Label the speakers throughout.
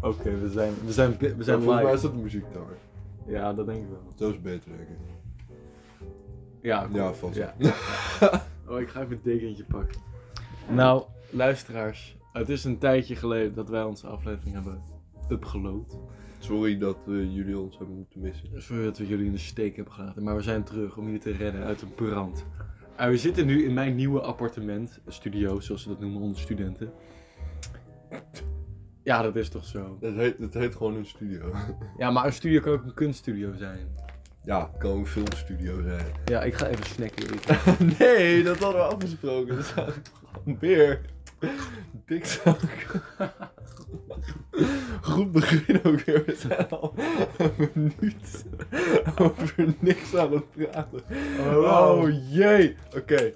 Speaker 1: we zijn, we zijn, we
Speaker 2: Ja,
Speaker 1: zijn
Speaker 2: volgens mij
Speaker 1: live.
Speaker 2: is dat muziek daar.
Speaker 1: Ja, dat denk ik wel.
Speaker 2: Zo is het beter, denk ik.
Speaker 1: Ja,
Speaker 2: Ja, vast.
Speaker 1: Ja.
Speaker 2: Ja.
Speaker 1: Oh, ik ga even een dekentje pakken. Nou, luisteraars. Het is een tijdje geleden dat wij onze aflevering hebben upgeload.
Speaker 2: Sorry dat eh, jullie ons hebben moeten missen.
Speaker 1: Sorry dat we jullie in de steek hebben gelaten. Maar we zijn terug om jullie te redden uit een brand. En we zitten nu in mijn nieuwe appartement. een Studio, zoals ze dat noemen onder studenten. Ja, dat is toch zo.
Speaker 2: Het heet, het heet gewoon een studio.
Speaker 1: Ja, maar een studio kan ook een kunststudio zijn.
Speaker 2: ja, het kan ook een filmstudio zijn.
Speaker 1: Ja, ik ga even snacken. jullie.
Speaker 2: nee, dat hadden we afgesproken. Dat is eigenlijk gewoon weer. Dikzak. Goed begin ook weer. We zijn al een minuut over niks aan het praten. Oh jee. Oké.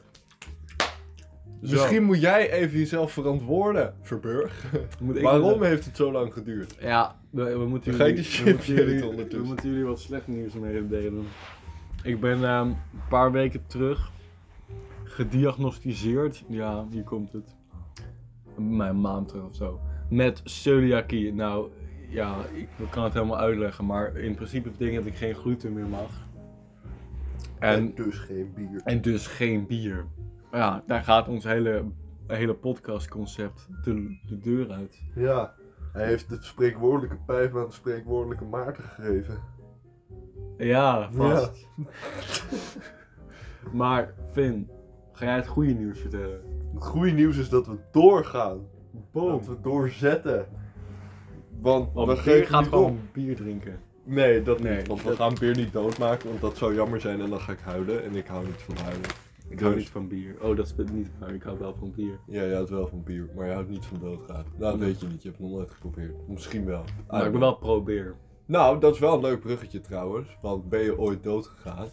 Speaker 2: Misschien moet jij even jezelf verantwoorden, Verburg.
Speaker 1: Moet ik-
Speaker 2: Waarom heeft het zo lang geduurd?
Speaker 1: Ja, we, we moeten
Speaker 2: Vergeet
Speaker 1: jullie...
Speaker 2: die shit
Speaker 1: we moeten
Speaker 2: niet
Speaker 1: jullie-
Speaker 2: ondertussen.
Speaker 1: We moeten jullie wat slecht nieuws mededelen. Ik ben ehm, een paar weken terug gediagnosticeerd. Ja, hier komt het. Mijn maand terug of zo. Met celiakie. Nou, ja, ik kan het helemaal uitleggen. Maar in principe betekent dat ik geen gluten meer mag. En
Speaker 2: dus geen bier.
Speaker 1: en dus geen bier. Maar Ja, daar gaat ons hele, hele podcastconcept de, de deur uit.
Speaker 2: Ja, hij heeft de spreekwoordelijke pijp aan de spreekwoordelijke Maarten gegeven.
Speaker 1: Ja, vast. Maar Finn, ga jij het goede nieuws vertellen?
Speaker 2: Het goede nieuws is dat we doorgaan.
Speaker 1: Boom.
Speaker 2: Dat we doorzetten. Want
Speaker 1: Want
Speaker 2: we
Speaker 1: bier
Speaker 2: geven
Speaker 1: gaat
Speaker 2: niet
Speaker 1: gewoon
Speaker 2: op.
Speaker 1: bier drinken.
Speaker 2: Nee, dat
Speaker 1: Nee,
Speaker 2: niet. Want we
Speaker 1: dat-
Speaker 2: gaan Beer niet doodmaken, want dat zou jammer zijn en dan ga ik huilen. En ik hou niet van huilen.
Speaker 1: Ik hou
Speaker 2: Dus-
Speaker 1: niet van bier. Oh, dat speelt niet. Maar ik hou wel van bier.
Speaker 2: Ja, je houdt wel van bier, maar je houdt niet van doodgaan. Nou, dat weet je niet. Je hebt het nog nooit geprobeerd. Misschien wel.
Speaker 1: Maar ik ben wel pro-beer.
Speaker 2: Nou, dat is wel een leuk bruggetje trouwens. Want ben je ooit doodgegaan?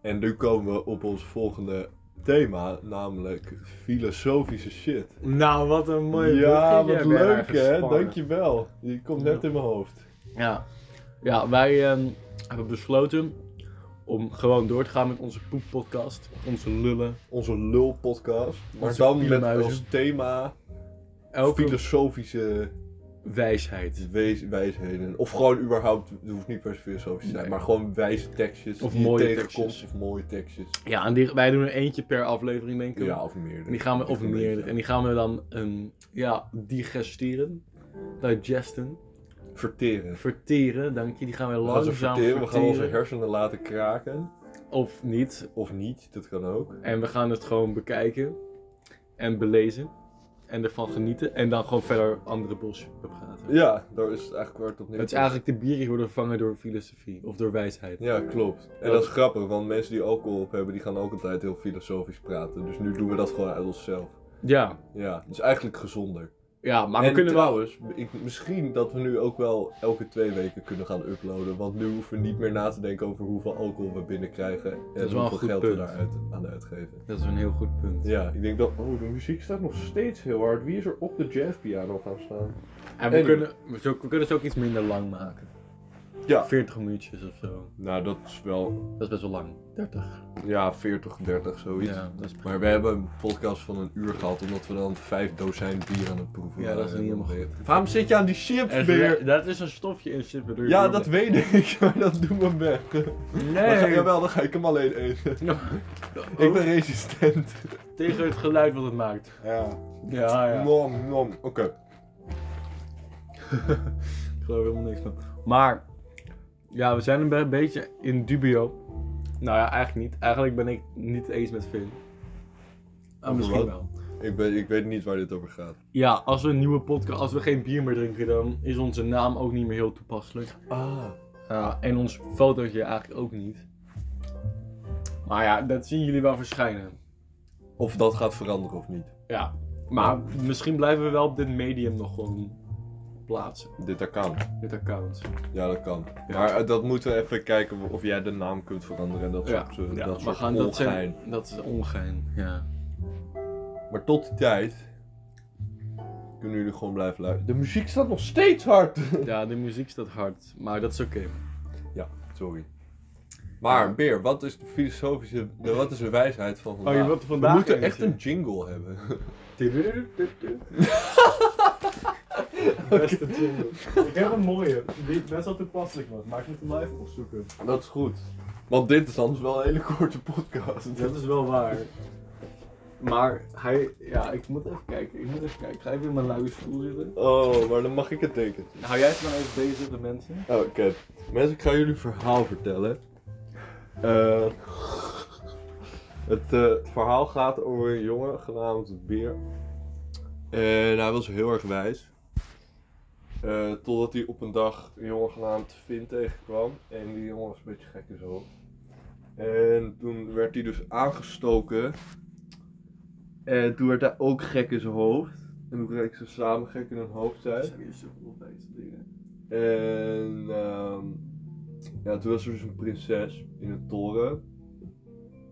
Speaker 2: En nu komen we op ons volgende thema, namelijk filosofische shit.
Speaker 1: Nou, wat een mooi
Speaker 2: ja,
Speaker 1: bruggetje
Speaker 2: wat
Speaker 1: heb jij daar
Speaker 2: leuk hè?
Speaker 1: gespannen.
Speaker 2: Dankjewel. Je komt net in mijn hoofd.
Speaker 1: Ja, ja wij ehm, hebben besloten om gewoon door te gaan met onze poeppodcast. Onze lullen.
Speaker 2: Onze lulpodcast. Maar
Speaker 1: Onze
Speaker 2: dan met
Speaker 1: pielenmuizen.
Speaker 2: als thema
Speaker 1: Elke
Speaker 2: filosofische
Speaker 1: wijsheid.
Speaker 2: wees- wijsheden. Of gewoon überhaupt, het hoeft niet per se filosofisch te zijn,
Speaker 1: Nee.
Speaker 2: maar gewoon wijze tekstjes.
Speaker 1: Of
Speaker 2: die je
Speaker 1: mooie
Speaker 2: tegenkomt,
Speaker 1: tekstjes.
Speaker 2: Of mooie tekstjes.
Speaker 1: Ja, en die, wij doen er eentje per aflevering, denk ik.
Speaker 2: Ja, of meerdere.
Speaker 1: En die gaan we, of
Speaker 2: een
Speaker 1: meerdere.
Speaker 2: beetje.
Speaker 1: En die gaan we dan ehm, ja, digesteren. Digesten.
Speaker 2: Verteren.
Speaker 1: Verteren, dank je. Die gaan we
Speaker 2: We gaan ze
Speaker 1: langzaam
Speaker 2: verteren,
Speaker 1: verteren.
Speaker 2: we gaan onze hersenen laten kraken.
Speaker 1: Of niet.
Speaker 2: Of niet, dat kan ook.
Speaker 1: En we gaan het gewoon bekijken. En belezen. En ervan genieten. En dan gewoon verder andere bullshit praten.
Speaker 2: Ja, daar is het eigenlijk waar het op neerkomt.
Speaker 1: Het is eigenlijk de bier die worden vervangen door filosofie. Of door wijsheid.
Speaker 2: Ja, klopt. En dat is grappig, want mensen die alcohol op hebben, die gaan ook altijd heel filosofisch praten. Dus nu doen we dat gewoon uit onszelf.
Speaker 1: Ja.
Speaker 2: Ja, het is eigenlijk gezonder.
Speaker 1: Ja, Ah, maar we dus
Speaker 2: en
Speaker 1: kunnen wel.
Speaker 2: trouwens, ik, misschien dat we nu ook wel elke twee weken kunnen gaan uploaden. Want nu hoeven we niet meer na te denken over hoeveel alcohol we binnenkrijgen. En
Speaker 1: is wel een
Speaker 2: hoeveel
Speaker 1: goed
Speaker 2: geld we
Speaker 1: punt.
Speaker 2: daaruit aan uitgeven.
Speaker 1: Dat is een heel goed punt.
Speaker 2: Ja, ik denk dat... Oh, de muziek staat nog steeds heel hard. Wie is er op de jazzpiano gaan staan?
Speaker 1: En we
Speaker 2: En-
Speaker 1: kunnen, we, zo- we kunnen het ook iets minder lang maken.
Speaker 2: Ja.
Speaker 1: 40 minuutjes of zo.
Speaker 2: Nou, dat is wel...
Speaker 1: Dat is best wel lang. 30.
Speaker 2: Ja, 40, 30, zoiets.
Speaker 1: Ja, dat is
Speaker 2: Maar we hebben een podcast van een uur gehad, omdat we dan vijf dozijn bier aan het proeven
Speaker 1: Ja, dat is
Speaker 2: waren.
Speaker 1: niet helemaal
Speaker 2: Waarom zit je aan die chips
Speaker 1: Er-
Speaker 2: weer?
Speaker 1: Dat is een stofje in zit waardoor je
Speaker 2: Ja,
Speaker 1: weer-
Speaker 2: dat weet ik, maar dat doen we weg. Dan ga,
Speaker 1: Nee.
Speaker 2: jawel, dan ga ik hem alleen eten. Ik
Speaker 1: Ik
Speaker 2: ben resistent.
Speaker 1: Tegen het geluid wat het maakt.
Speaker 2: Ja.
Speaker 1: Ja,
Speaker 2: Nom, nom. Oké.
Speaker 1: Ik geloof er helemaal niks van. Maar, ja, we zijn een be- beetje in dubio. Nou ja, eigenlijk niet. Eigenlijk ben ik niet eens met Finn. Ah,
Speaker 2: Over
Speaker 1: misschien
Speaker 2: Oh, wat?
Speaker 1: wel.
Speaker 2: Ik, ben- ik weet niet waar dit over gaat.
Speaker 1: Ja, als we een nieuwe podcast, als we geen bier meer drinken, dan is onze naam ook niet meer heel toepasselijk.
Speaker 2: Ah.
Speaker 1: Ja, en ons fotootje eigenlijk ook niet. Maar ja, dat zien jullie wel verschijnen.
Speaker 2: Of dat gaat veranderen of niet.
Speaker 1: Ja, maar misschien blijven we wel op dit medium nog gewoon plaatsen.
Speaker 2: Dit account.
Speaker 1: Dit account.
Speaker 2: Ja, dat kan.
Speaker 1: Ja.
Speaker 2: Maar eh, dat moeten we even kijken of jij de naam kunt veranderen en dat
Speaker 1: Ja,
Speaker 2: soort, eh,
Speaker 1: ja,
Speaker 2: dat
Speaker 1: we
Speaker 2: soort
Speaker 1: gaan dat
Speaker 2: ongein.
Speaker 1: zijn. Dat is ongein, ja.
Speaker 2: Maar tot die tijd kunnen jullie gewoon blijven luisteren. De muziek staat nog steeds hard.
Speaker 1: Ja, de muziek staat hard, maar dat is oké.
Speaker 2: ja, sorry. Maar Beer, wat is de filosofische, de- wat is de wijsheid van vandaag?
Speaker 1: wilt er
Speaker 2: We
Speaker 1: vandaag
Speaker 2: moeten
Speaker 1: eentje?
Speaker 2: echt een jingle hebben.
Speaker 1: Beste jingle. Ik heb een mooie, die best wel toepasselijk was, maar ik moet hem wel even opzoeken.
Speaker 2: Dat is goed. Want dit is anders wel een hele korte podcast.
Speaker 1: Dat is wel waar. Maar hij, ja, ik moet even kijken, ik moet even kijken. Ik ga even in mijn luie stoel zitten.
Speaker 2: Oh, maar dan mag ik het tekenen.
Speaker 1: Hou jij het dan even bezig, de mensen?
Speaker 2: Oké. Mensen, Oh, ik ga jullie een verhaal vertellen. Eh, het, eh, het verhaal gaat over een jongen genaamd Beer. En hij was heel erg wijs. Eh, totdat hij op een dag een jongen genaamd Finn tegenkwam. En die jongen was een beetje gek en zo. En toen werd hij dus aangestoken. En toen werd hij ook gek in zijn hoofd. En toen kregen ze samen gek in hun hoofd zijn.
Speaker 1: hier zoveel wijze dingen.
Speaker 2: En ehm, ja, toen was er dus een prinses in een toren.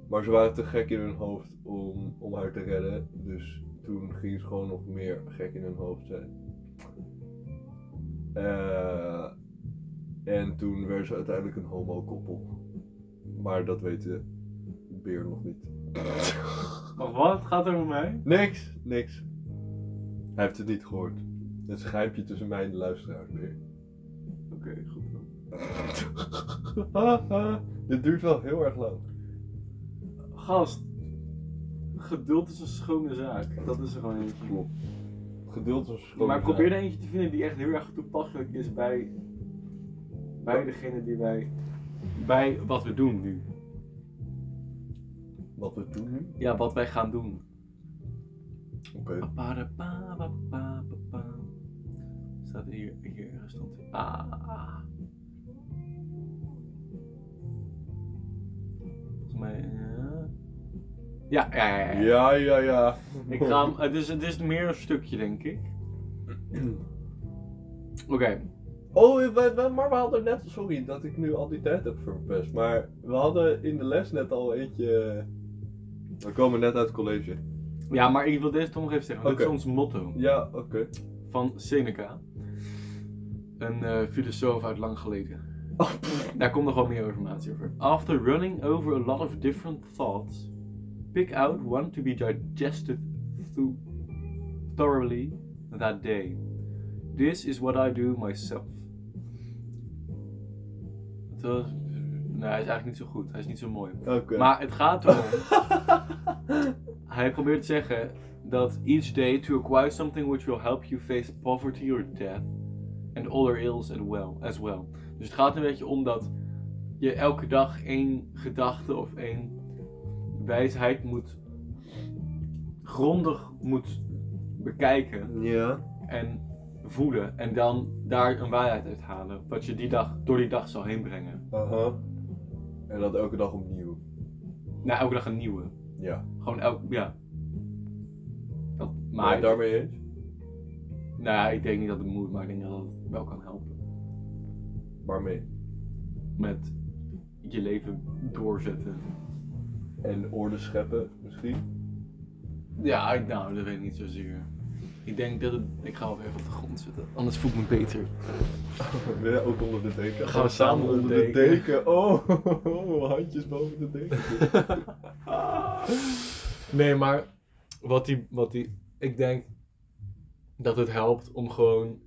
Speaker 2: Maar ze waren te gek in hun hoofd om, om haar te redden. Dus toen ging ze gewoon nog meer gek in hun hoofd zijn. Eh, en toen werden ze uiteindelijk een homo-koppel. Maar dat weet de beer nog niet.
Speaker 1: Maar wat gaat er met mij?
Speaker 2: Niks, niks. Hij heeft het niet gehoord. Het is een geheimpje tussen mij en de luisteraar weer.
Speaker 1: Oké, goed dan.
Speaker 2: Dit duurt wel heel erg lang.
Speaker 1: Gast, geduld is een schone zaak. Dat is er gewoon eentje.
Speaker 2: Klopt. Geduld is een schone
Speaker 1: maar ik
Speaker 2: zaak.
Speaker 1: probeer er eentje te vinden die echt heel erg toepasselijk is bij, bij degene die wij, bij wat we doen nu.
Speaker 2: Wat we doen nu?
Speaker 1: Ja, wat wij gaan doen.
Speaker 2: Oké.
Speaker 1: Paparapapapapapa. Staat hier, hier ergens stond. Ah. Volgens mij. eh, Ja, ja, ja. ja, ja.
Speaker 2: Ja, ja, ja.
Speaker 1: Ik ga hem, het, is, het is meer een stukje, denk ik. Oké,
Speaker 2: Oh, we- we- maar we hadden net... Sorry dat ik nu al die tijd heb verpest. Maar we hadden in de les net al eentje... eh, We komen net uit college.
Speaker 1: ja, maar ik wil deze toch nog even zeggen. want
Speaker 2: Oké.
Speaker 1: Dit is ons motto
Speaker 2: Ja, oké.
Speaker 1: van Seneca, een eh, filosoof uit lang geleden.
Speaker 2: Oh,
Speaker 1: Daar komt nog wel meer informatie over. After running over a lot of different thoughts, pick out one to be digested through thoroughly that day. This is what I do myself. Het was, nee, hij is eigenlijk niet zo goed. Hij is niet zo mooi.
Speaker 2: Oké.
Speaker 1: Maar het gaat erom. hij probeert te zeggen dat each day to acquire something which will help you face poverty or death and other ills as well. As well. Dus het gaat een beetje om dat je elke dag één gedachte of één wijsheid moet grondig moet bekijken
Speaker 2: Ja.
Speaker 1: en voelen en dan daar een waarheid uit halen wat je die dag door die dag zal heen brengen.
Speaker 2: Aha. En dat elke dag opnieuw.
Speaker 1: Nou, elke dag een nieuwe.
Speaker 2: Ja.
Speaker 1: Gewoon elk, ja. Dat, maar,
Speaker 2: Maar daarmee eens?
Speaker 1: nou ja, ik denk niet dat het moet, maar ik denk dat het wel kan helpen.
Speaker 2: Waarmee?
Speaker 1: Met je leven doorzetten.
Speaker 2: En orde scheppen misschien?
Speaker 1: Ja, ik, nou, dat weet ik niet zozeer. Ik denk dat het, ik ga wel even op de grond zitten, anders voel ik me beter.
Speaker 2: Ben jij ook onder de deken?
Speaker 1: Gaan we samen onder de
Speaker 2: deken. Oh, handjes boven de deken.
Speaker 1: Nee, maar wat die, wat die, ik denk dat het helpt om gewoon,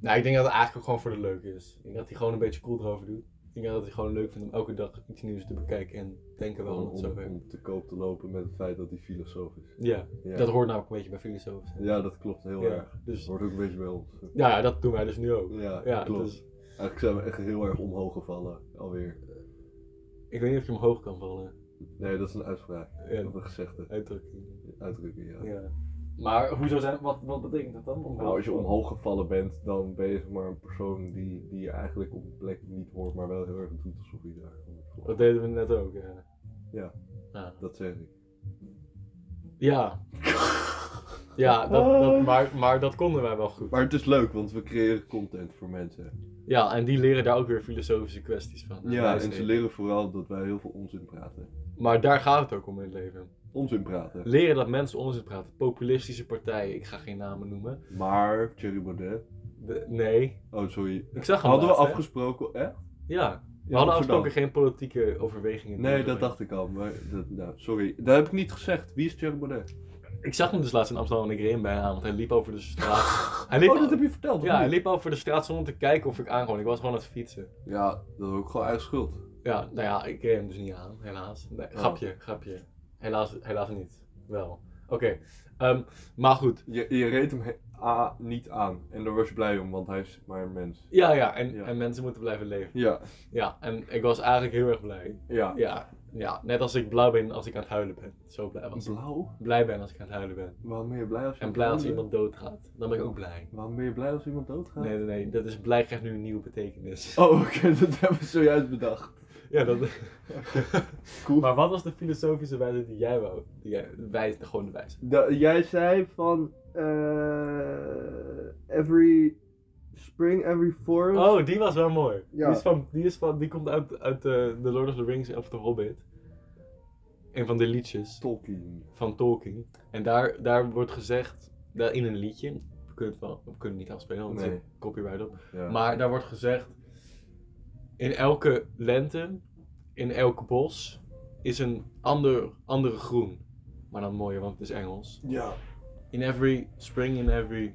Speaker 1: nou, ik denk dat het eigenlijk ook gewoon voor de leuk is. Ik denk dat hij gewoon een beetje cool erover doet. Ik denk dat hij gewoon leuk vindt om elke dag iets nieuws te bekijken en denken wel
Speaker 2: Gewoon
Speaker 1: dat het zo
Speaker 2: om,
Speaker 1: werkt.
Speaker 2: om te koop te lopen met het feit dat hij filosoof is.
Speaker 1: Ja,
Speaker 2: Ja,
Speaker 1: dat hoort namelijk een beetje bij filosofen.
Speaker 2: ja, dat klopt heel erg. Dat
Speaker 1: Dus,
Speaker 2: hoort ook een beetje bij ons.
Speaker 1: ja, ja, dat doen wij dus nu ook.
Speaker 2: Ja,
Speaker 1: Ja,
Speaker 2: klopt.
Speaker 1: dus-
Speaker 2: Eigenlijk zijn we echt heel erg omhoog gevallen, alweer.
Speaker 1: Ik weet niet of je omhoog kan vallen.
Speaker 2: Nee, dat is een uitspraak.
Speaker 1: Ja,
Speaker 2: Of een gezegde.
Speaker 1: uitdrukking.
Speaker 2: Uitdrukking, ja.
Speaker 1: Ja. Maar hoezo zijn, wat, wat betekent dat dan? Omhoog?
Speaker 2: Nou, als je omhoog gevallen bent, dan ben je zeg maar een persoon die, die je eigenlijk op een plek niet hoort, maar wel heel erg doet alsof je daar
Speaker 1: Dat deden we net ook, ja.
Speaker 2: Ja.
Speaker 1: Ja,
Speaker 2: Dat zeg ik.
Speaker 1: ja. Ja, dat, dat, maar, maar dat konden wij wel goed.
Speaker 2: Maar het is leuk, want we creëren content voor mensen.
Speaker 1: Ja, en die leren daar ook weer filosofische kwesties van.
Speaker 2: Ja, en ze
Speaker 1: Wijsheden.
Speaker 2: leren vooral dat wij heel veel onzin praten.
Speaker 1: Maar daar gaat het ook om in het leven.
Speaker 2: Onzin praten.
Speaker 1: Leren dat mensen onzin praten. Populistische partijen, ik ga geen namen noemen.
Speaker 2: Maar, Thierry Baudet.
Speaker 1: De- nee,
Speaker 2: Oh, sorry.
Speaker 1: ik zag hem
Speaker 2: Hadden we
Speaker 1: laatst, hè?
Speaker 2: afgesproken, hè?
Speaker 1: Ja, we
Speaker 2: Ja,
Speaker 1: hadden
Speaker 2: Amsterdam.
Speaker 1: afgesproken geen politieke overwegingen. te
Speaker 2: Nee,
Speaker 1: doen.
Speaker 2: dat dacht ik al. Maar dat, nou, sorry, dat heb ik niet gezegd. Wie is Thierry Baudet?
Speaker 1: Ik zag hem dus laatst in Amsterdam en ik reed hem bijna aan, want hij liep over de straat. Hij liep,
Speaker 2: Oh, dat heb je verteld, of
Speaker 1: Ja, hij
Speaker 2: niet?
Speaker 1: liep over de straat zonder te kijken of ik aankwam. Ik was gewoon aan het fietsen.
Speaker 2: Ja, dat is ook gewoon eigen schuld.
Speaker 1: Ja, nou ja, ik reed hem dus niet aan, helaas.
Speaker 2: Oh.
Speaker 1: Nee, Grapje, grapje. Helaas, helaas niet. Wel. Oké, ehm, maar goed.
Speaker 2: Je, je reed hem he- A niet aan. En daar was je blij om, want hij is maar een mens.
Speaker 1: Ja, ja en,
Speaker 2: Ja.
Speaker 1: en mensen moeten blijven leven.
Speaker 2: Ja,
Speaker 1: Ja, en ik was eigenlijk heel erg blij.
Speaker 2: ja.
Speaker 1: Ja, ja, net als ik blauw ben als ik aan het huilen ben. Zo blij was ik.
Speaker 2: Blauw?
Speaker 1: Blij ben als ik aan het huilen ben.
Speaker 2: Waarom ben je blij als je
Speaker 1: En blij als
Speaker 2: blauw bent?
Speaker 1: iemand doodgaat. Dan ben ik ook blij.
Speaker 2: Waarom ben je blij als iemand doodgaat?
Speaker 1: Nee, nee, nee. Dat is blij krijgt nu een nieuwe betekenis.
Speaker 2: Oh, oké, dat hebben we zojuist bedacht.
Speaker 1: Ja, dat...
Speaker 2: Cool.
Speaker 1: Maar wat was de filosofische wijze die jij wou? Die jij, de wijze, de gewone wijze.
Speaker 2: Da- jij zei van eh, every spring, every forest.
Speaker 1: Oh, die was wel mooi.
Speaker 2: Ja.
Speaker 1: Die, is van, die, is van, die komt uit, uit eh, The Lord of the Rings of The Hobbit. Een van de liedjes
Speaker 2: Tolkien.
Speaker 1: van Tolkien. En daar, daar wordt gezegd, daar in een liedje, we kunnen het, wel, we kunnen het niet afspelen, want er
Speaker 2: Nee.
Speaker 1: zit copyright op.
Speaker 2: Ja.
Speaker 1: Maar daar wordt gezegd, in elke lente, in elk bos, is een ander, andere groen. Maar dan mooier, want het is Engels.
Speaker 2: ja.
Speaker 1: In every spring, in every,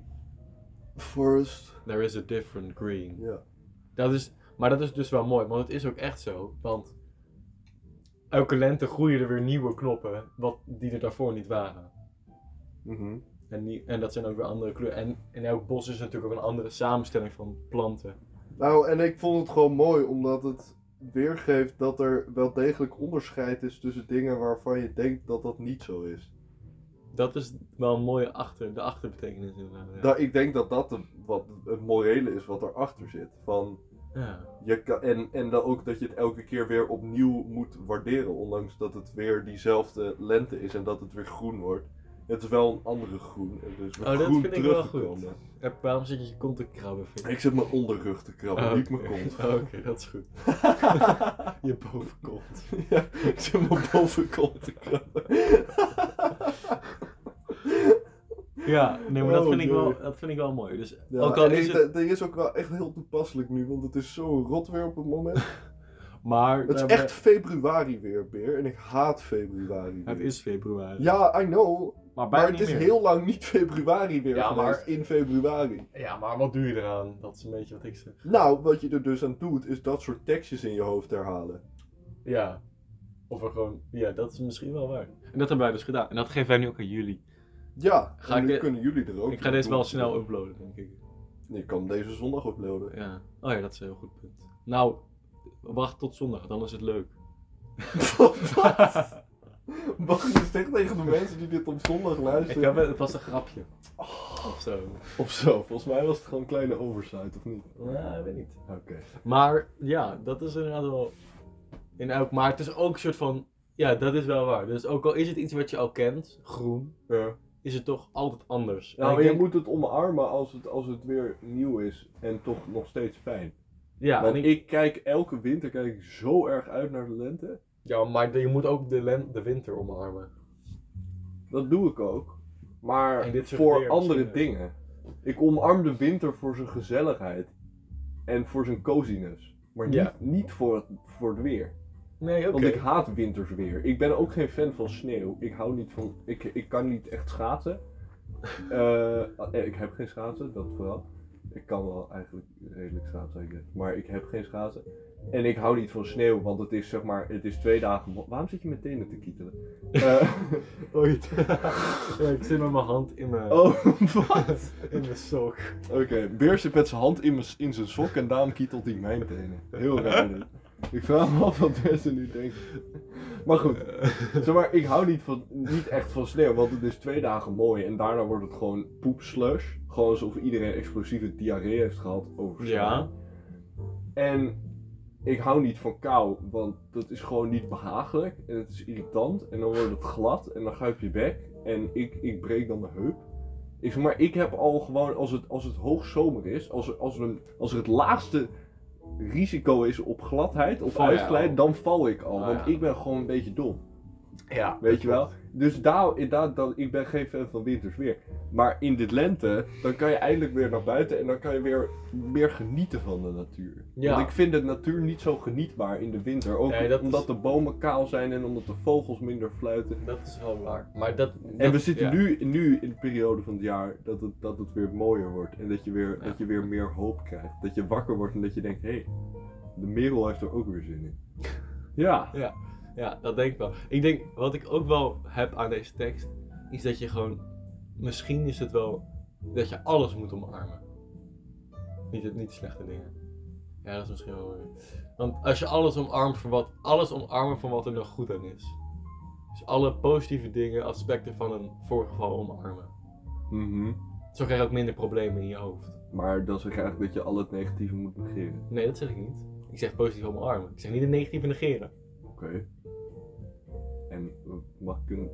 Speaker 2: Forest.
Speaker 1: there is a different green.
Speaker 2: Ja.
Speaker 1: Dat is, maar dat is dus wel mooi, want het is ook echt zo. Want elke lente groeien er weer nieuwe knoppen, wat, die er daarvoor niet waren.
Speaker 2: Mhm.
Speaker 1: En, die, en dat zijn ook weer andere kleuren. En in elk bos is natuurlijk ook een andere samenstelling van planten.
Speaker 2: Nou, en ik vond het gewoon mooi omdat het weergeeft dat er wel degelijk onderscheid is tussen dingen waarvan je denkt dat dat niet zo is.
Speaker 1: Dat is wel een mooie achter, de achterbetekenis inderdaad. Ja.
Speaker 2: Da- ik denk dat dat de- wat het morele is wat erachter zit. Van
Speaker 1: Ja.
Speaker 2: Je kan, en en dan ook dat je het elke keer weer opnieuw moet waarderen. Ondanks dat het weer diezelfde lente is en dat het weer groen wordt. Het is wel een andere groen. Het is weer
Speaker 1: Oh, dat
Speaker 2: groen
Speaker 1: vind ik wel
Speaker 2: teruggekomen.
Speaker 1: En Eh, waarom zit je je kont te krabben? Vind je?
Speaker 2: Ik zit mijn onderrug te krabben,
Speaker 1: Oh,
Speaker 2: niet mijn
Speaker 1: oké.
Speaker 2: kont.
Speaker 1: Oh, Oké, dat is goed. Je bovenkont.
Speaker 2: ja, ik zit mijn bovenkont te krabben.
Speaker 1: Ja, nee, maar dat,
Speaker 2: Oh,
Speaker 1: vind ik wel,
Speaker 2: nee.
Speaker 1: dat vind ik wel mooi. Dus,
Speaker 2: Ja,
Speaker 1: ook al
Speaker 2: en
Speaker 1: is
Speaker 2: ik-
Speaker 1: het...
Speaker 2: dat ding is ook wel echt heel toepasselijk nu, want het is zo rot weer op het moment.
Speaker 1: Maar...
Speaker 2: Het is
Speaker 1: eh,
Speaker 2: echt februari weer, Beer. En ik haat februari
Speaker 1: Het
Speaker 2: weer.
Speaker 1: is februari.
Speaker 2: Ja, I know.
Speaker 1: maar bijna
Speaker 2: Maar het
Speaker 1: niet
Speaker 2: is
Speaker 1: meer.
Speaker 2: heel lang niet februari weer
Speaker 1: Ja,
Speaker 2: geweest,
Speaker 1: maar-
Speaker 2: in februari.
Speaker 1: Ja, maar wat doe je eraan? Dat is een beetje wat ik zeg.
Speaker 2: Nou, wat je er dus aan doet, is dat soort tekstjes in je hoofd herhalen.
Speaker 1: Ja. Of er gewoon... Ja, dat is misschien wel waar. En dat hebben wij dus gedaan. En dat geven wij nu ook aan jullie.
Speaker 2: Ja,
Speaker 1: Ga
Speaker 2: en
Speaker 1: ik
Speaker 2: nu
Speaker 1: dit-
Speaker 2: kunnen jullie er ook
Speaker 1: Ik ga
Speaker 2: wat
Speaker 1: deze
Speaker 2: doen.
Speaker 1: wel snel uploaden, denk ik.
Speaker 2: Ik kan deze zondag uploaden.
Speaker 1: Ja. Oh ja, dat is een heel goed punt. Nou, wacht tot zondag. Dan is het leuk.
Speaker 2: Mag je zeggen tegen de mensen die dit op zondag
Speaker 1: ik
Speaker 2: luisteren?
Speaker 1: heb, het was een grapje.
Speaker 2: Oh.
Speaker 1: Of zo.
Speaker 2: Of zo, volgens mij was het gewoon een kleine oversight, of niet?
Speaker 1: Nou, ik weet niet.
Speaker 2: Oké.
Speaker 1: Maar ja, dat is inderdaad wel in elk. Maar het is ook een soort van. Ja, dat is wel waar. Dus ook al is het iets wat je al kent, groen,
Speaker 2: Ja.
Speaker 1: is het toch altijd anders. En
Speaker 2: Nou,
Speaker 1: ik
Speaker 2: maar je
Speaker 1: denk-
Speaker 2: moet het omarmen als het, als het weer nieuw is en toch nog steeds fijn.
Speaker 1: ja,
Speaker 2: Want
Speaker 1: en ik-
Speaker 2: ik kijk elke winter kijk ik zo erg uit naar de lente.
Speaker 1: ja, maar je moet ook de, len- de winter omarmen.
Speaker 2: Dat doe ik ook. Maar
Speaker 1: En dit soort
Speaker 2: voor
Speaker 1: weer
Speaker 2: andere
Speaker 1: misschien ook.
Speaker 2: dingen. Ik omarm de winter voor zijn gezelligheid. En voor zijn coziness. Maar niet,
Speaker 1: Ja.
Speaker 2: niet voor, het, voor het weer.
Speaker 1: Nee, oké.
Speaker 2: Want ik haat winters weer. Ik ben ook geen fan van sneeuw. Ik hou niet van... Ik, ik kan niet echt schaatsen. Eh, eh, ik heb geen schaatsen, dat vooral. Ik kan wel eigenlijk redelijk schaatsen, I guess. Maar ik heb geen schaatsen. En ik hou niet van sneeuw, want het is zeg maar... Het is twee dagen... wa- Waarom zit je meteen tenen te kietelen? Eh,
Speaker 1: Ooit. Oh, ja, ik zit met mijn hand in mijn,
Speaker 2: oh, wat?
Speaker 1: in mijn sok.
Speaker 2: Oké, Beer zit met zijn hand in, m'n- in zijn sok en daarom kietelt hij mijn tenen. Heel raar dit. Ik vraag me af wat mensen nu denken. Maar goed, zeg maar, ik hou niet, van, niet echt van sneeuw, want het is twee dagen mooi en daarna wordt het gewoon poepslush. Gewoon alsof iedereen explosieve diarree heeft gehad over sneeuw.
Speaker 1: Ja.
Speaker 2: En ik hou niet van kou, want dat is gewoon niet behagelijk en het is irritant en dan wordt het glad en dan guip je bek en ik, ik breek dan mijn heup. Ik zeg maar, ik heb al gewoon, als het, als het hoogzomer is, als er, als, er een, als er het laagste risico is op gladheid of
Speaker 1: Val jij
Speaker 2: uitglijden,
Speaker 1: al.
Speaker 2: dan val ik al,
Speaker 1: Ah,
Speaker 2: want
Speaker 1: Oh ja.
Speaker 2: ik ben gewoon een beetje dom.
Speaker 1: Ja.
Speaker 2: Weet je wel? Dus daar, in dat, dat, ik ben geen fan van winters weer. Maar in dit lente, dan kan je eindelijk weer naar buiten en dan kan je weer meer genieten van de natuur.
Speaker 1: Ja.
Speaker 2: Want ik vind de natuur niet zo genietbaar in de winter. Ook
Speaker 1: Nee, dat
Speaker 2: omdat
Speaker 1: is-
Speaker 2: de bomen kaal zijn en omdat de vogels minder fluiten.
Speaker 1: Dat is wel waar. Maar dat,
Speaker 2: En we zitten
Speaker 1: ja.
Speaker 2: nu, nu in de periode van het jaar dat het, dat het weer mooier wordt. En dat je weer,
Speaker 1: Ja.
Speaker 2: dat je weer meer hoop krijgt. Dat je wakker wordt en dat je denkt, hé, hey, de merel heeft er ook weer zin in. Ja.
Speaker 1: Ja, dat denk ik wel. Ik denk, wat ik ook wel heb aan deze tekst, is dat je gewoon, misschien is het wel dat je alles moet omarmen. Niet, het- niet de slechte dingen. Ja, dat is misschien wel. weer- Want als je alles omarmt van wat, alles omarmen van wat er nog goed aan is. Dus alle positieve dingen, aspecten van een voorgeval omarmen.
Speaker 2: Mhm.
Speaker 1: Zo krijg je ook minder problemen in je hoofd.
Speaker 2: Maar dat zeg eigenlijk dat je al het negatieve moet negeren.
Speaker 1: Nee, dat zeg ik niet. Ik zeg positief omarmen. Ik zeg niet de negatieve negeren.
Speaker 2: Oké. En eh, mag ik een,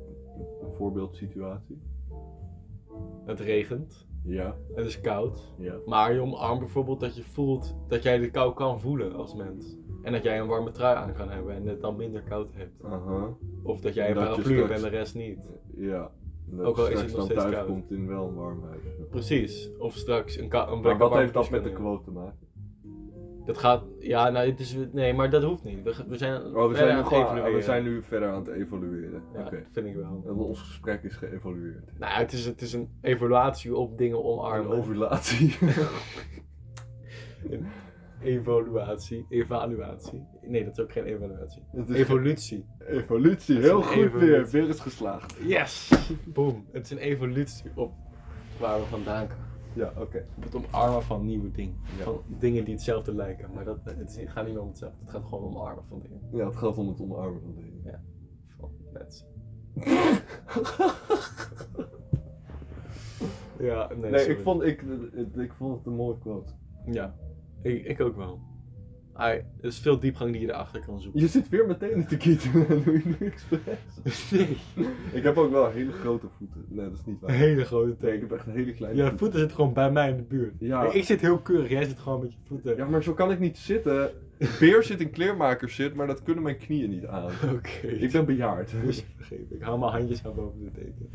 Speaker 2: een voorbeeldsituatie?
Speaker 1: Het regent,
Speaker 2: Ja.
Speaker 1: het is koud,
Speaker 2: Ja.
Speaker 1: Maar je omarmt bijvoorbeeld dat je voelt dat jij de kou kan voelen als mens. En dat jij een warme trui aan kan hebben en het dan minder koud hebt.
Speaker 2: Aha.
Speaker 1: Of dat jij een
Speaker 2: Dat je
Speaker 1: paraplu hebt en
Speaker 2: straks-
Speaker 1: de rest niet.
Speaker 2: Ja. Dat
Speaker 1: Ook al is
Speaker 2: straks
Speaker 1: het nog
Speaker 2: dan
Speaker 1: steeds
Speaker 2: thuis
Speaker 1: koud.
Speaker 2: komt in wel een warm huis.
Speaker 1: Precies. Of straks een, ka- een
Speaker 2: Maar
Speaker 1: lekker
Speaker 2: wat heeft dat
Speaker 1: barbecue
Speaker 2: met de
Speaker 1: kunnen
Speaker 2: quote te maken?
Speaker 1: hebben. Dat gaat... Ja, nou, het is... Nee, maar dat hoeft niet. We, g- we zijn
Speaker 2: Oh, we
Speaker 1: verder
Speaker 2: zijn,
Speaker 1: aan
Speaker 2: nu
Speaker 1: het
Speaker 2: gewoon-
Speaker 1: evalueren.
Speaker 2: we zijn nu verder aan het evalueren.
Speaker 1: eh, Ja,
Speaker 2: Oké.
Speaker 1: dat vind ik wel.
Speaker 2: En ons gesprek is geëvalueerd.
Speaker 1: Nou, ja, het is, het is een evaluatie op dingen
Speaker 2: Een
Speaker 1: omarmen.
Speaker 2: ovulatie.
Speaker 1: Een evaluatie. Evaluatie. Nee, dat is ook geen evaluatie.
Speaker 2: Het is
Speaker 1: Evolutie.
Speaker 2: Dus ge- evolutie,
Speaker 1: is
Speaker 2: heel
Speaker 1: een
Speaker 2: goed
Speaker 1: evolutie.
Speaker 2: weer. Weer is geslaagd.
Speaker 1: Yes! Boom. Het is een evolutie op waar we vandaan komen.
Speaker 2: Ja, oké.
Speaker 1: Het omarmen van nieuwe dingen.
Speaker 2: Ja.
Speaker 1: Van dingen die hetzelfde lijken. Maar dat, het gaat niet meer om hetzelfde. Het gaat gewoon om omarmen van dingen.
Speaker 2: Ja, het gaat om het omarmen van dingen.
Speaker 1: Van mensen. ja, nee,
Speaker 2: Nee,
Speaker 1: sorry.
Speaker 2: ik vond, ik, ik, ik vond het een mooie quote.
Speaker 1: Ja, ik, ik ook wel. Ai, er is veel diepgang die je erachter kan zoeken.
Speaker 2: Je zit weer meteen te kieten en doe je nu expres.
Speaker 1: Nee.
Speaker 2: Ik heb ook wel hele grote voeten. Nee, dat is niet
Speaker 1: Een
Speaker 2: waar.
Speaker 1: hele grote
Speaker 2: Nee, ik
Speaker 1: teken.
Speaker 2: heb echt hele kleine
Speaker 1: Ja,
Speaker 2: voeten.
Speaker 1: voeten zitten gewoon bij mij in de buurt.
Speaker 2: Ja.
Speaker 1: Ik zit heel keurig, jij zit gewoon met je voeten.
Speaker 2: Ja, maar zo kan ik niet zitten. Beer zit in kleermakerszit, maar dat kunnen mijn knieën niet aan.
Speaker 1: Oké.
Speaker 2: Ik ben bejaard.
Speaker 1: Dus vergeef ik. Hou mijn handjes aan boven de teken.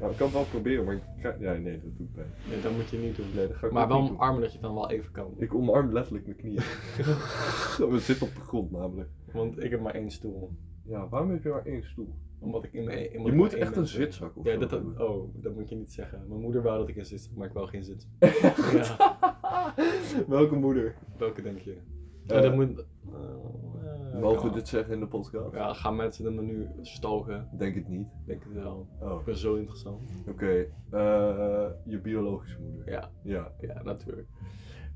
Speaker 2: Nou, ik kan het wel proberen, maar ik ga... Ja, nee, dat doe ik bij.
Speaker 1: Nee, dat moet je niet doen.
Speaker 2: Nee, dat ga ik
Speaker 1: Maar
Speaker 2: ook
Speaker 1: wel
Speaker 2: niet doen.
Speaker 1: omarmen dat je het dan wel even kan.
Speaker 2: Ik omarm letterlijk mijn knieën. We zitten op de grond namelijk.
Speaker 1: Want ik heb maar één stoel.
Speaker 2: Ja, waarom heb je maar één stoel?
Speaker 1: Omdat ik in mijn. omdat
Speaker 2: Je
Speaker 1: ik
Speaker 2: moet
Speaker 1: maar één
Speaker 2: echt een
Speaker 1: ben.
Speaker 2: zitzak of
Speaker 1: Ja,
Speaker 2: zo
Speaker 1: dat,
Speaker 2: hebben.
Speaker 1: dat- oh, dat moet je niet zeggen. Mijn moeder wou dat ik een zit, maar ik wou geen zit. Ja,
Speaker 2: Welke moeder?
Speaker 1: welke denk je?
Speaker 2: Eh,
Speaker 1: ja, dat moet. eh, eh,
Speaker 2: Mogen we
Speaker 1: ja.
Speaker 2: dit zeggen in de podcast?
Speaker 1: Ja, gaan mensen dat me nu stalken?
Speaker 2: Denk het niet.
Speaker 1: Denk het wel.
Speaker 2: Oh.
Speaker 1: Ik ben zo interessant.
Speaker 2: Oké, eh, je biologische moeder.
Speaker 1: Ja,
Speaker 2: Ja.
Speaker 1: ja, natuurlijk.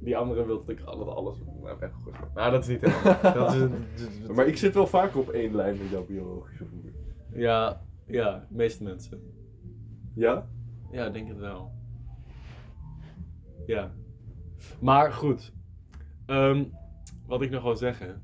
Speaker 1: Die andere wil dat ik al- dat alles naar weggooien. Nou, dat is niet helemaal. dat is een-
Speaker 2: Maar ik zit wel vaker op één lijn met jouw biologische moeder.
Speaker 1: Ja, ja, de meeste mensen.
Speaker 2: Ja?
Speaker 1: Ja, ik denk het wel. Ja. Maar goed. Ehm, wat ik nog wil zeggen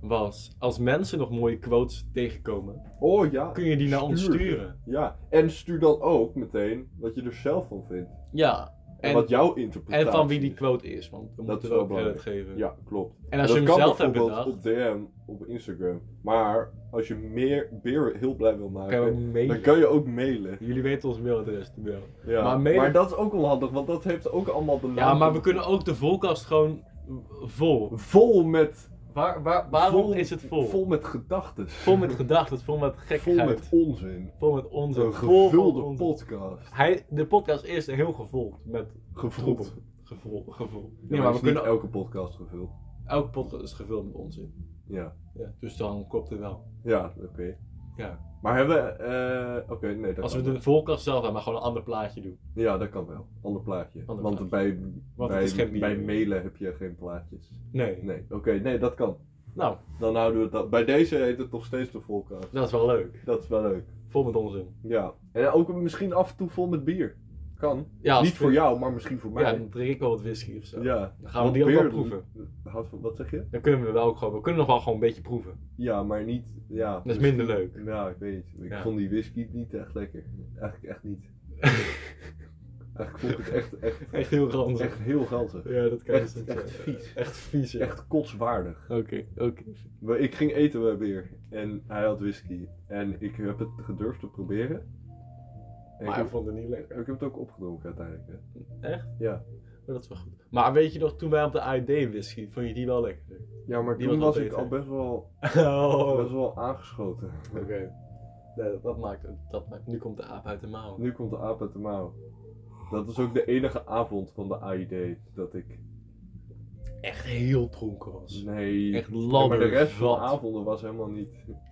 Speaker 1: was, als mensen nog mooie quotes tegenkomen,
Speaker 2: Oh ja.
Speaker 1: kun je die naar ons
Speaker 2: Stuur.
Speaker 1: sturen.
Speaker 2: Ja. En stuur dan ook meteen wat je er zelf van vindt.
Speaker 1: Ja.
Speaker 2: En,
Speaker 1: En,
Speaker 2: wat jouw interpretatie
Speaker 1: en van wie die
Speaker 2: is.
Speaker 1: quote is, want we
Speaker 2: is
Speaker 1: moeten
Speaker 2: wel
Speaker 1: wel credit
Speaker 2: belangrijk.
Speaker 1: geven.
Speaker 2: Ja, klopt.
Speaker 1: En
Speaker 2: dat
Speaker 1: als je hem
Speaker 2: kan
Speaker 1: zelf hebt
Speaker 2: bijvoorbeeld
Speaker 1: bedacht,
Speaker 2: op DM, op Instagram. Maar als je meer beer heel blij wil
Speaker 1: kan je
Speaker 2: maken,
Speaker 1: ook mailen.
Speaker 2: dan kan je ook mailen.
Speaker 1: Jullie weten ons mailadres, die wel.
Speaker 2: Ja.
Speaker 1: Maar
Speaker 2: Maar,
Speaker 1: mailen-
Speaker 2: dat is ook onhandig, want dat heeft ook allemaal de
Speaker 1: Ja,
Speaker 2: naam
Speaker 1: maar
Speaker 2: van-
Speaker 1: we kunnen ook de volkast gewoon vol.
Speaker 2: Vol met...
Speaker 1: Waar, waar, waarom
Speaker 2: vol-
Speaker 1: is het vol?
Speaker 2: Vol met gedachten.
Speaker 1: Vol met gedachten, vol met
Speaker 2: Vol
Speaker 1: gekkigheid.
Speaker 2: met onzin.
Speaker 1: Vol met onze
Speaker 2: Een
Speaker 1: vol van
Speaker 2: gevulde
Speaker 1: ons.
Speaker 2: podcast.
Speaker 1: Hij, de podcast is heel gevuld met troepen.
Speaker 2: Gevuld.
Speaker 1: Gevoel, gevoel.
Speaker 2: Ja,
Speaker 1: nee,
Speaker 2: maar
Speaker 1: maar
Speaker 2: is
Speaker 1: we
Speaker 2: niet
Speaker 1: kunnen
Speaker 2: elke podcast gevuld.
Speaker 1: elke podcast is gevuld met onzin.
Speaker 2: Ja.
Speaker 1: Ja, dus dan klopt het wel.
Speaker 2: Ja, oké.
Speaker 1: Ja.
Speaker 2: Maar hebben we... eh, oké, nee, dat
Speaker 1: Als we
Speaker 2: kan
Speaker 1: de volkast zelf hebben, maar gewoon een ander plaatje doen.
Speaker 2: wel. Ja, dat kan wel. Ander plaatje.
Speaker 1: Ander
Speaker 2: Want bij,
Speaker 1: Want het is
Speaker 2: bij,
Speaker 1: geen bier.
Speaker 2: bij mailen heb je geen plaatjes.
Speaker 1: Nee.
Speaker 2: Nee, oké, nee, dat kan.
Speaker 1: Nou,
Speaker 2: Dan houden we het dan. Bij deze heet het nog steeds de volkast.
Speaker 1: dat is wel leuk.
Speaker 2: Dat is wel leuk.
Speaker 1: Vol met onzin.
Speaker 2: Ja. En ook misschien af en toe vol met bier. Kan.
Speaker 1: Ja, als
Speaker 2: Niet
Speaker 1: we-
Speaker 2: voor jou, maar misschien voor
Speaker 1: Ja,
Speaker 2: mij.
Speaker 1: dan drink ik wel wat whisky of zo.
Speaker 2: Ja.
Speaker 1: Dan gaan we
Speaker 2: Want
Speaker 1: die ook wel
Speaker 2: bier-
Speaker 1: proeven.
Speaker 2: Houdt van- Wat zeg je?
Speaker 1: Dan kunnen we wel gewoon, we kunnen nog wel gewoon een beetje proeven.
Speaker 2: Ja, maar niet. Ja, dus-
Speaker 1: Dat is minder leuk.
Speaker 2: Ja, ik weet niet. Ik
Speaker 1: Ja.
Speaker 2: vond die whisky niet echt lekker. Eigenlijk echt niet. Eigenlijk vond ik het echt, echt,
Speaker 1: Echt heel ranzig.
Speaker 2: echt heel ranzig.
Speaker 1: Ja, dat kan je
Speaker 2: Echt,
Speaker 1: soms
Speaker 2: echt
Speaker 1: zeggen.
Speaker 2: vies.
Speaker 1: Echt vies, ja.
Speaker 2: Echt kotswaardig.
Speaker 1: Oké, oké.
Speaker 2: Maar ik ging eten bij Beer en hij had whisky. En ik heb het gedurfd te proberen. En ik,
Speaker 1: Maar hij
Speaker 2: heb,
Speaker 1: vond het niet lekker.
Speaker 2: ik heb het ook opgedronken uiteindelijk. Hè.
Speaker 1: Echt?
Speaker 2: Ja.
Speaker 1: Maar dat is wel goed. Maar weet je nog, toen wij op de AID whisky, vond je die wel lekker?
Speaker 2: Ja, maar
Speaker 1: Die
Speaker 2: toen was
Speaker 1: was wel
Speaker 2: ik
Speaker 1: beter.
Speaker 2: al best wel,
Speaker 1: Oh.
Speaker 2: best wel aangeschoten.
Speaker 1: Oké. Nee, dat, dat maakt het. Dat maakt, nu komt de aap uit de mouw.
Speaker 2: Nu komt de aap uit de mouw. Dat is ook de enige avond van de AID dat ik...
Speaker 1: Echt heel dronken was.
Speaker 2: Nee.
Speaker 1: Echt
Speaker 2: Ja, maar
Speaker 1: ladder.
Speaker 2: de rest van de
Speaker 1: zat.
Speaker 2: avonden was helemaal niet...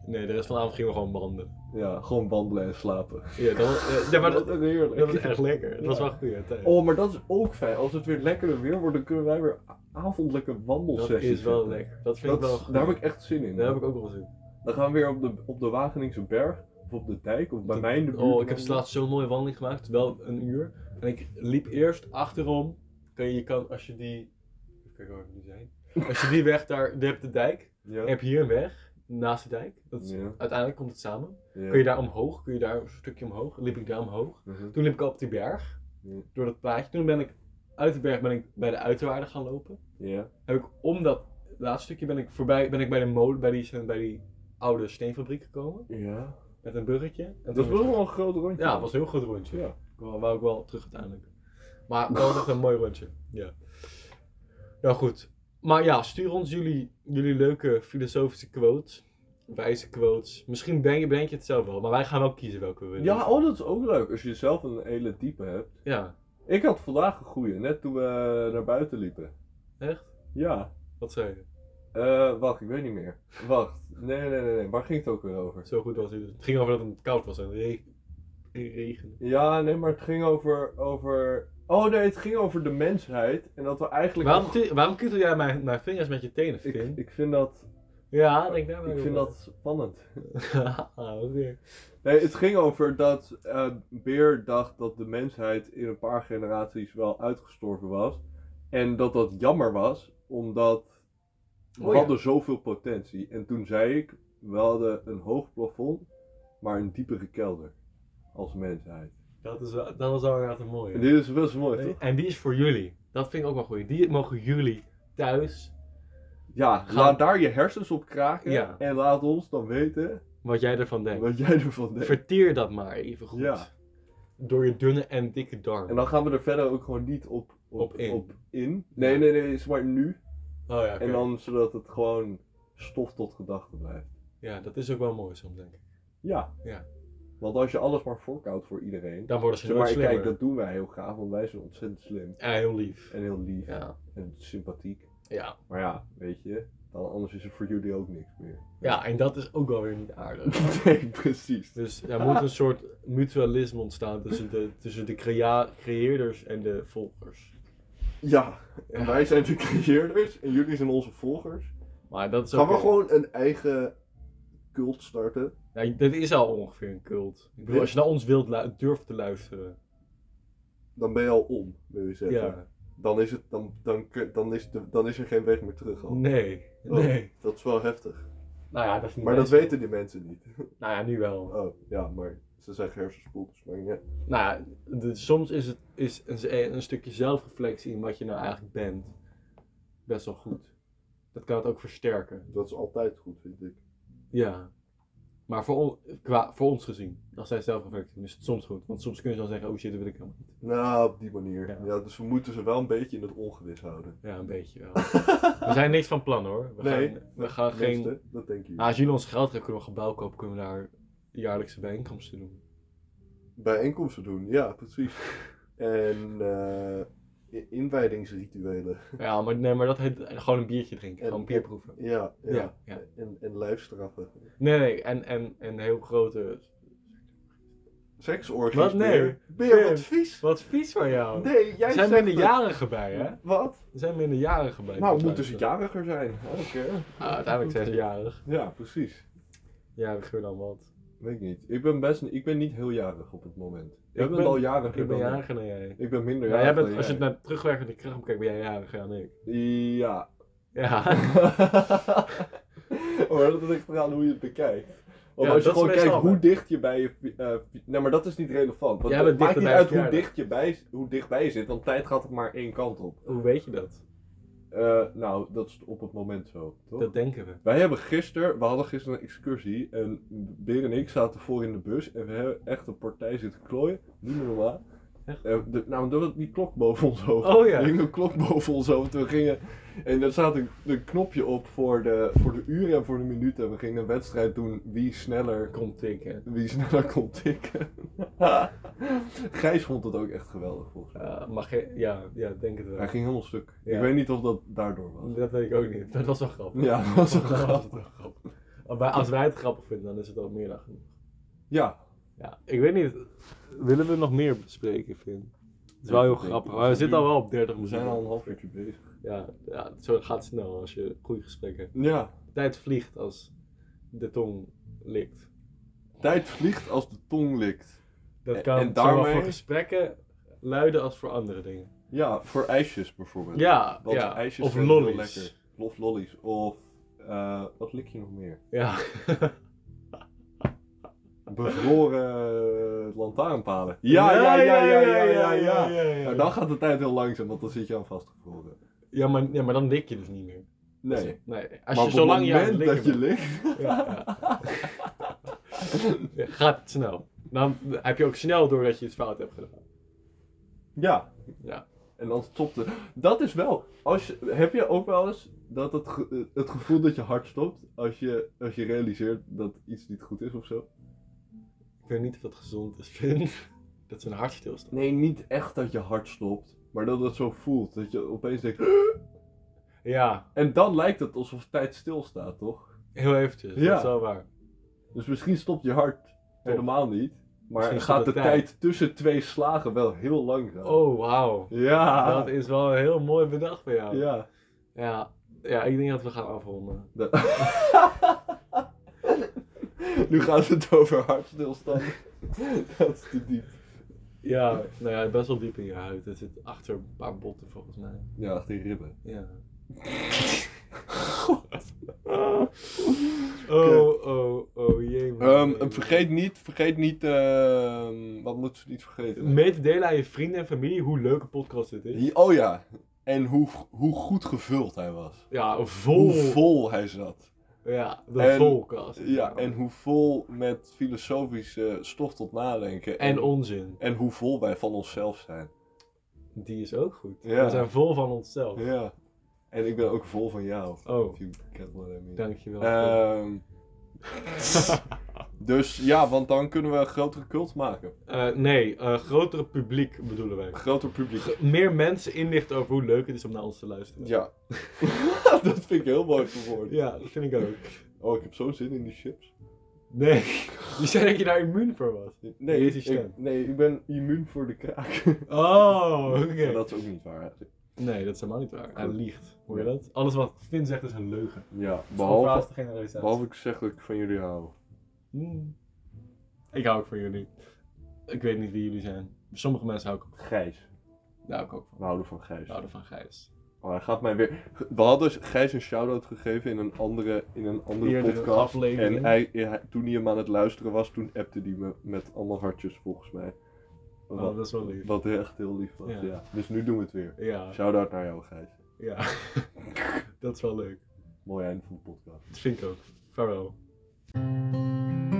Speaker 1: Nee, de rest van de avond gingen we gewoon branden.
Speaker 2: Ja, gewoon wandelen en slapen.
Speaker 1: Ja, dat was, ja, maar dat,
Speaker 2: is
Speaker 1: dat was
Speaker 2: heerlijk.
Speaker 1: echt lekker. Dat was wel een goede tijd.
Speaker 2: Oh, maar dat is ook fijn. Als het weer lekkerder weer wordt, dan kunnen wij weer a- avondelijke
Speaker 1: dat
Speaker 2: wandelsessies
Speaker 1: is wel
Speaker 2: zetten.
Speaker 1: lekker. Dat vind
Speaker 2: Dat
Speaker 1: ik wel
Speaker 2: is-
Speaker 1: goed.
Speaker 2: daar heb ik echt zin in.
Speaker 1: Daar heb ik ook wel zin. in.
Speaker 2: Dan gaan we weer op de, op de Wageningse berg, of op de dijk, of bij
Speaker 1: Dat-
Speaker 2: mij in de buurt.
Speaker 1: Oh, ik heb
Speaker 2: wandelen.
Speaker 1: laatst zo'n mooie wandeling gemaakt, wel een uur. En ik liep eerst achterom. Kan je, je kan, als je die. Even kijken waar we nu zijn. Als je die weg daar. Je hebt de dijk.
Speaker 2: Ja.
Speaker 1: Je hebt hier een weg. Naast de dijk. Dat is-
Speaker 2: Ja.
Speaker 1: Uiteindelijk komt het samen.
Speaker 2: Ja.
Speaker 1: Kun je daar omhoog? Kun je daar een stukje omhoog? Liep ik daar omhoog?
Speaker 2: Mhm.
Speaker 1: Toen liep ik al op die berg.
Speaker 2: Ja.
Speaker 1: Door dat plaatje. Toen ben ik uit de berg ben ik bij de uiterwaarden gaan lopen.
Speaker 2: Ja.
Speaker 1: heb ik om dat laatste stukje ben ik voorbij ben ik bij de molen bij die, bij die oude steenfabriek gekomen
Speaker 2: Ja.
Speaker 1: met een bruggetje. En
Speaker 2: Dat
Speaker 1: toen
Speaker 2: was wel een groot rondje.
Speaker 1: ja, het was een heel goed rondje.
Speaker 2: Ja.
Speaker 1: Ik wou, wou ik wel terug uiteindelijk. Maar dat was echt een mooi rondje. Ja. Nou goed. Maar ja, stuur ons jullie, jullie leuke filosofische quotes. Wijze quotes. Misschien ben je, bedenk je het zelf wel, maar wij gaan wel kiezen welke we willen.
Speaker 2: Ja, oh, dat is ook leuk. Als je zelf een hele type hebt.
Speaker 1: Ja,
Speaker 2: Ik had vandaag een goeie, net toen we naar buiten liepen.
Speaker 1: echt?
Speaker 2: Ja.
Speaker 1: Wat zei je?
Speaker 2: Eh, wacht, ik weet niet meer. Wacht. Nee, nee, nee, nee. Waar ging het ook weer over?
Speaker 1: Zo goed was het. Het ging over dat het koud was en re- regen.
Speaker 2: Ja, nee, maar het ging over, over... Oh nee, het ging over de mensheid. En dat we eigenlijk...
Speaker 1: Waarom, tu- waarom kuttel jij mijn, mijn vingers met je tenen,
Speaker 2: ik,
Speaker 1: Finn? Oh,
Speaker 2: ik vind dat,
Speaker 1: ja, denk daar maar
Speaker 2: ik
Speaker 1: over.
Speaker 2: vind dat spannend.
Speaker 1: Ah, oké.
Speaker 2: Nee, het ging over dat eh, Beer dacht dat de mensheid in een paar generaties wel uitgestorven was. En dat dat jammer was, omdat we
Speaker 1: Oh ja.
Speaker 2: hadden zoveel potentie. En toen zei ik, we hadden een hoog plafond, maar een diepere kelder. Als mensheid.
Speaker 1: Dat, is wel, dat was wel inderdaad een mooie.
Speaker 2: En dit is best mooi, toch?
Speaker 1: En die is voor jullie. Dat vind ik ook wel goed. Die mogen jullie thuis,
Speaker 2: Ja,
Speaker 1: Gaan-
Speaker 2: laat daar je hersens op kraken.
Speaker 1: Ja.
Speaker 2: En laat ons dan weten
Speaker 1: wat jij ervan denkt.
Speaker 2: wat jij ervan denkt.
Speaker 1: Verteer dat maar even goed.
Speaker 2: Ja.
Speaker 1: Door je dunne en dikke darm.
Speaker 2: En dan gaan we er verder ook gewoon niet op, op,
Speaker 1: Op in.
Speaker 2: in. Nee,
Speaker 1: Ja.
Speaker 2: nee, nee, is maar nu.
Speaker 1: oh ja, oké.
Speaker 2: En dan zodat het gewoon stof tot gedachten blijft.
Speaker 1: ja, dat is ook wel mooi soms, denk ik.
Speaker 2: Ja.
Speaker 1: Ja.
Speaker 2: Want als je alles maar voorkoudt voor iedereen.
Speaker 1: Dan worden ze
Speaker 2: Zeg
Speaker 1: nooit
Speaker 2: maar, kijk,
Speaker 1: slimmer.
Speaker 2: dat doen wij heel gaaf, want wij zijn ontzettend slim.
Speaker 1: Ja, heel lief.
Speaker 2: En heel lief.
Speaker 1: Ja.
Speaker 2: En sympathiek.
Speaker 1: Ja.
Speaker 2: Maar ja, weet je, dan anders is er voor jullie ook niks meer.
Speaker 1: ja, en dat is ook wel weer niet aardig.
Speaker 2: nee, precies.
Speaker 1: Dus er moet een soort mutualisme ontstaan tussen de, tussen de crea- creëerders en de volgers.
Speaker 2: Ja, en wij zijn de creëerders en jullie zijn onze volgers.
Speaker 1: Maar dat is
Speaker 2: Gaan
Speaker 1: ook
Speaker 2: we gewoon een eigen cult starten?
Speaker 1: Ja, dit is al ongeveer een cult. Ik bedoel, als je naar ons wilt lu- durft te luisteren.
Speaker 2: Dan ben je al om, wil je zeggen.
Speaker 1: Ja.
Speaker 2: Dan, is het, dan, dan, kun- dan, is de, dan is er geen weg meer terug. Al.
Speaker 1: Nee.
Speaker 2: Oh,
Speaker 1: Nee.
Speaker 2: Dat is wel heftig.
Speaker 1: Nou ja, dat is niet
Speaker 2: Maar dat
Speaker 1: best.
Speaker 2: weten die mensen niet.
Speaker 1: Nou ja, nu wel.
Speaker 2: Oh, ja, maar ze zeggen hersenspoel, dus maar ja.
Speaker 1: Nou ja, de- soms is het is een, een stukje zelfreflectie in wat je nou eigenlijk bent best wel goed. Dat kan het ook versterken.
Speaker 2: Dat is altijd goed, vind ik.
Speaker 1: Ja. Maar voor, on- qua, voor ons gezien, als zij zelfreflectie doen, is het soms goed. Want soms kun je dan zeggen, oh shit, dat wil ik helemaal niet.
Speaker 2: Nou, op die manier.
Speaker 1: Ja.
Speaker 2: Ja. dus we moeten ze wel een beetje in het ongewis houden.
Speaker 1: Ja, een beetje wel. We zijn niks van plan hoor. We
Speaker 2: Nee,
Speaker 1: gaan, we gaan geen...
Speaker 2: Tenminste, Dat denk je.
Speaker 1: Nou, als jullie ons geld geven, kunnen we een gebouw kopen, kunnen we daar jaarlijkse bijeenkomsten doen.
Speaker 2: Bijeenkomsten doen, ja, precies. En eh, i- inwijdingsrituelen.
Speaker 1: Ja, maar, nee, maar dat heet gewoon een biertje drinken,
Speaker 2: En-
Speaker 1: gewoon bier proeven.
Speaker 2: Ja, ja.
Speaker 1: Ja, ja.
Speaker 2: En, en lijfstraffen.
Speaker 1: Nee, nee, en, en, en heel grote...
Speaker 2: Seksorgies.
Speaker 1: Wat? Nee.
Speaker 2: Beer. Beer,
Speaker 1: Beer.
Speaker 2: wat vies.
Speaker 1: Wat vies van jou!
Speaker 2: Nee, jij
Speaker 1: er zijn
Speaker 2: zegt het.
Speaker 1: minderjarigen bij, hè?
Speaker 2: Wat?
Speaker 1: Er zijn minderjarigen bij.
Speaker 2: Nou,
Speaker 1: Dat
Speaker 2: moeten ze
Speaker 1: luisteren.
Speaker 2: jariger zijn. Oké.
Speaker 1: Ah, uiteindelijk zijn ze jarig.
Speaker 2: Ja, precies.
Speaker 1: Ja, dat gebeurt dan wat.
Speaker 2: Weet ik niet. Ik ben, best, ik ben niet heel jarig op het moment. Jij bent
Speaker 1: ben-
Speaker 2: al jariger
Speaker 1: Ik ben
Speaker 2: dan ik.
Speaker 1: jariger dan jij.
Speaker 2: Ik ben minder
Speaker 1: Ja, jij
Speaker 2: jarig
Speaker 1: bent,
Speaker 2: dan
Speaker 1: als je nou- het
Speaker 2: jij.
Speaker 1: naar terugwerkende kracht bekijkt, ben jij jariger dan ik.
Speaker 2: Ja.
Speaker 1: Ja.
Speaker 2: Oh, maar dat ligt eraan hoe je het bekijkt. Want
Speaker 1: Ja,
Speaker 2: als je
Speaker 1: dat is
Speaker 2: gewoon kijkt
Speaker 1: meestal,
Speaker 2: hoe
Speaker 1: hè?
Speaker 2: dicht je bij je... eh, nee, maar dat is niet relevant. Want
Speaker 1: Jij
Speaker 2: het
Speaker 1: bent
Speaker 2: maakt niet
Speaker 1: dichter bij
Speaker 2: uit
Speaker 1: je
Speaker 2: hoe
Speaker 1: verjaardag.
Speaker 2: dicht je bij, hoe dichtbij je zit, want tijd gaat het maar één kant op.
Speaker 1: Hoe weet je dat?
Speaker 2: Eh, nou, dat is op het moment zo, toch?
Speaker 1: Dat denken we.
Speaker 2: Wij hebben gisteren, we hadden gisteren een excursie en Beer en ik zaten voor in de bus en we hebben echt een partij zitten klooien, niet meer normaal.
Speaker 1: Echt?
Speaker 2: Eh, de- nou, door die klok boven ons hoofd.
Speaker 1: Oh ja.
Speaker 2: Er hing een klok boven ons hoofd. We gingen, en daar zat een, een knopje op voor de, voor de uren en voor de minuten. We gingen een wedstrijd doen wie sneller,
Speaker 1: Komt tikken.
Speaker 2: wie sneller kon tikken. Gijs vond het ook echt geweldig volgens mij.
Speaker 1: Eh, mag je... Ja, ja, denk het wel.
Speaker 2: Hij ging helemaal stuk. Ik
Speaker 1: Ja.
Speaker 2: weet niet of dat daardoor was.
Speaker 1: Dat weet ik ook niet. Dat was wel grappig.
Speaker 2: Ja, dat was een grap.
Speaker 1: wel grappig. Als wij- Als wij het grappig vinden, dan is het al meer dan genoeg.
Speaker 2: Ja,
Speaker 1: Ja, ik weet niet. Willen we nog meer bespreken, Finn? Het is wel heel
Speaker 2: Ik denk-
Speaker 1: grappig. maar We zitten al wel op 30
Speaker 2: we zijn al
Speaker 1: minuten.
Speaker 2: een half uurtje bezig.
Speaker 1: Ja, ja, zo gaat het snel als je goede gesprekken hebt.
Speaker 2: Ja.
Speaker 1: Tijd vliegt als de tong likt.
Speaker 2: Tijd vliegt als de tong likt.
Speaker 1: Dat
Speaker 2: En-
Speaker 1: kan
Speaker 2: en
Speaker 1: zowel
Speaker 2: daarmee-
Speaker 1: voor gesprekken luiden als voor andere dingen.
Speaker 2: Ja, voor ijsjes bijvoorbeeld.
Speaker 1: Ja,
Speaker 2: Want
Speaker 1: ja.
Speaker 2: ijsjes
Speaker 1: of
Speaker 2: zijn heel
Speaker 1: lollies.
Speaker 2: lekker. Of lollies. Of eh, wat lik je nog meer?
Speaker 1: Ja.
Speaker 2: Bevroren eh, lantaarnpalen. Ja, ja, ja, ja, ja, ja, ja. Maar dan gaat de tijd heel langzaam, want dan zit je aan vastgevroren.
Speaker 1: Ja, maar, ja, maar dan lik je dus niet meer.
Speaker 2: Nee.
Speaker 1: nee.
Speaker 2: maar
Speaker 1: Als je
Speaker 2: op
Speaker 1: zolang je aan
Speaker 2: het
Speaker 1: het
Speaker 2: moment
Speaker 1: likken
Speaker 2: dat je
Speaker 1: bent.
Speaker 2: ligt,
Speaker 1: Ja, ja. Ja, gaat het snel. Dan heb je ook snel door dat je iets fout hebt gedaan.
Speaker 2: ja.
Speaker 1: Ja.
Speaker 2: En dan stopt het. Dat is wel. Als je, heb je ook wel eens dat het, ge- het gevoel dat je hart stopt als je, als je realiseert dat iets niet goed is of zo?
Speaker 1: Ik weet niet of dat gezond is, vind. Dat zijn hart stilstaat.
Speaker 2: Nee, niet echt dat je hart stopt, maar dat het zo voelt. Dat je opeens denkt.
Speaker 1: Ja,
Speaker 2: En dan lijkt het alsof tijd stilstaat, toch?
Speaker 1: heel eventjes.
Speaker 2: Ja.
Speaker 1: Dat is wel waar.
Speaker 2: Dus misschien stopt je hart helemaal niet. Maar
Speaker 1: Misschien
Speaker 2: gaat de
Speaker 1: stopt de
Speaker 2: tijd tussen twee slagen wel heel lang gaan.
Speaker 1: Oh, wauw.
Speaker 2: Ja.
Speaker 1: Dat is wel een heel mooi bedacht van jou. Ja.
Speaker 2: Ja.
Speaker 1: Ja, ik denk dat we gaan afronden.
Speaker 2: Da- nu gaat het over hartstilstand. dat is te diep.
Speaker 1: Ja, nou ja, best wel diep in je huid. Het zit achter een paar botten volgens mij.
Speaker 2: Ja, echt die ribben.
Speaker 1: Ja.
Speaker 2: Oké.
Speaker 1: Oh, oh, oh, jee. man,
Speaker 2: Ehm,
Speaker 1: jee, man.
Speaker 2: vergeet niet, vergeet niet, ehm, wat moeten ze niet vergeten?
Speaker 1: Mee te delen aan je vrienden en familie hoe leuke podcast dit is.
Speaker 2: Hi- Oh ja, en hoe, hoe goed gevuld hij was.
Speaker 1: Ja, vol.
Speaker 2: Hoe vol hij zat.
Speaker 1: Ja, de
Speaker 2: En-
Speaker 1: volkast.
Speaker 2: Ja, en hoe vol met filosofische stof tot nadenken.
Speaker 1: En onzin.
Speaker 2: en hoe vol wij van onszelf zijn.
Speaker 1: Die is ook goed.
Speaker 2: Ja.
Speaker 1: We zijn vol van onszelf.
Speaker 2: Ja. En ik ben ook vol van jou.
Speaker 1: Oh,
Speaker 2: If you get what I mean.
Speaker 1: dankjewel.
Speaker 2: Ehm, dus ja, want dan kunnen we een grotere cult maken.
Speaker 1: Eh, nee, eh grotere publiek bedoelen wij.
Speaker 2: Een groter publiek.
Speaker 1: Meer mensen inlichten over hoe leuk het is om naar ons te luisteren.
Speaker 2: Ja. dat vind ik heel mooi verwoord.
Speaker 1: Ja, dat vind ik ook.
Speaker 2: Oh, ik heb zo'n zin in die chips.
Speaker 1: Nee, je zei dat je daar immuun voor was.
Speaker 2: Nee,
Speaker 1: Jezus,
Speaker 2: ik,
Speaker 1: stem.
Speaker 2: nee ik ben immuun voor de kraak.
Speaker 1: Oh, oké.
Speaker 2: Maar dat is ook niet waar. hè.
Speaker 1: Nee, dat is helemaal niet waar. Hij
Speaker 2: Goed.
Speaker 1: liegt. Hoor je dat? Alles wat Finn zegt is een leugen.
Speaker 2: Ja,
Speaker 1: Behalve
Speaker 2: behalve,
Speaker 1: de generalisatie.
Speaker 2: behalve ik zeg dat ik van jullie hou.
Speaker 1: Hmm. Ik hou ook van jullie. Ik weet niet wie jullie zijn. Sommige mensen hou ik ook,
Speaker 2: Gijs.
Speaker 1: daar hou ik ook van.
Speaker 2: We houden van Gijs.
Speaker 1: Ik hou van Gijs.
Speaker 2: Oh, hij gaat mij weer... We hadden Gijs een shout-out gegeven in een andere, in een andere
Speaker 1: Eerdere
Speaker 2: podcast.
Speaker 1: aflevering.
Speaker 2: En hij, hij- toen hij hem aan het luisteren was, toen appte hij me met allemaal hartjes volgens mij.
Speaker 1: Oh,
Speaker 2: Wat,
Speaker 1: dat is wel lief.
Speaker 2: wat echt heel lief was,
Speaker 1: Ja.
Speaker 2: ja. Dus nu doen we het weer.
Speaker 1: Ja,
Speaker 2: Shout-out naar jou, Gijs.
Speaker 1: ja. dat is wel leuk.
Speaker 2: Mooi einde van de podcast.
Speaker 1: Dat vind ik ook. Vaarwel.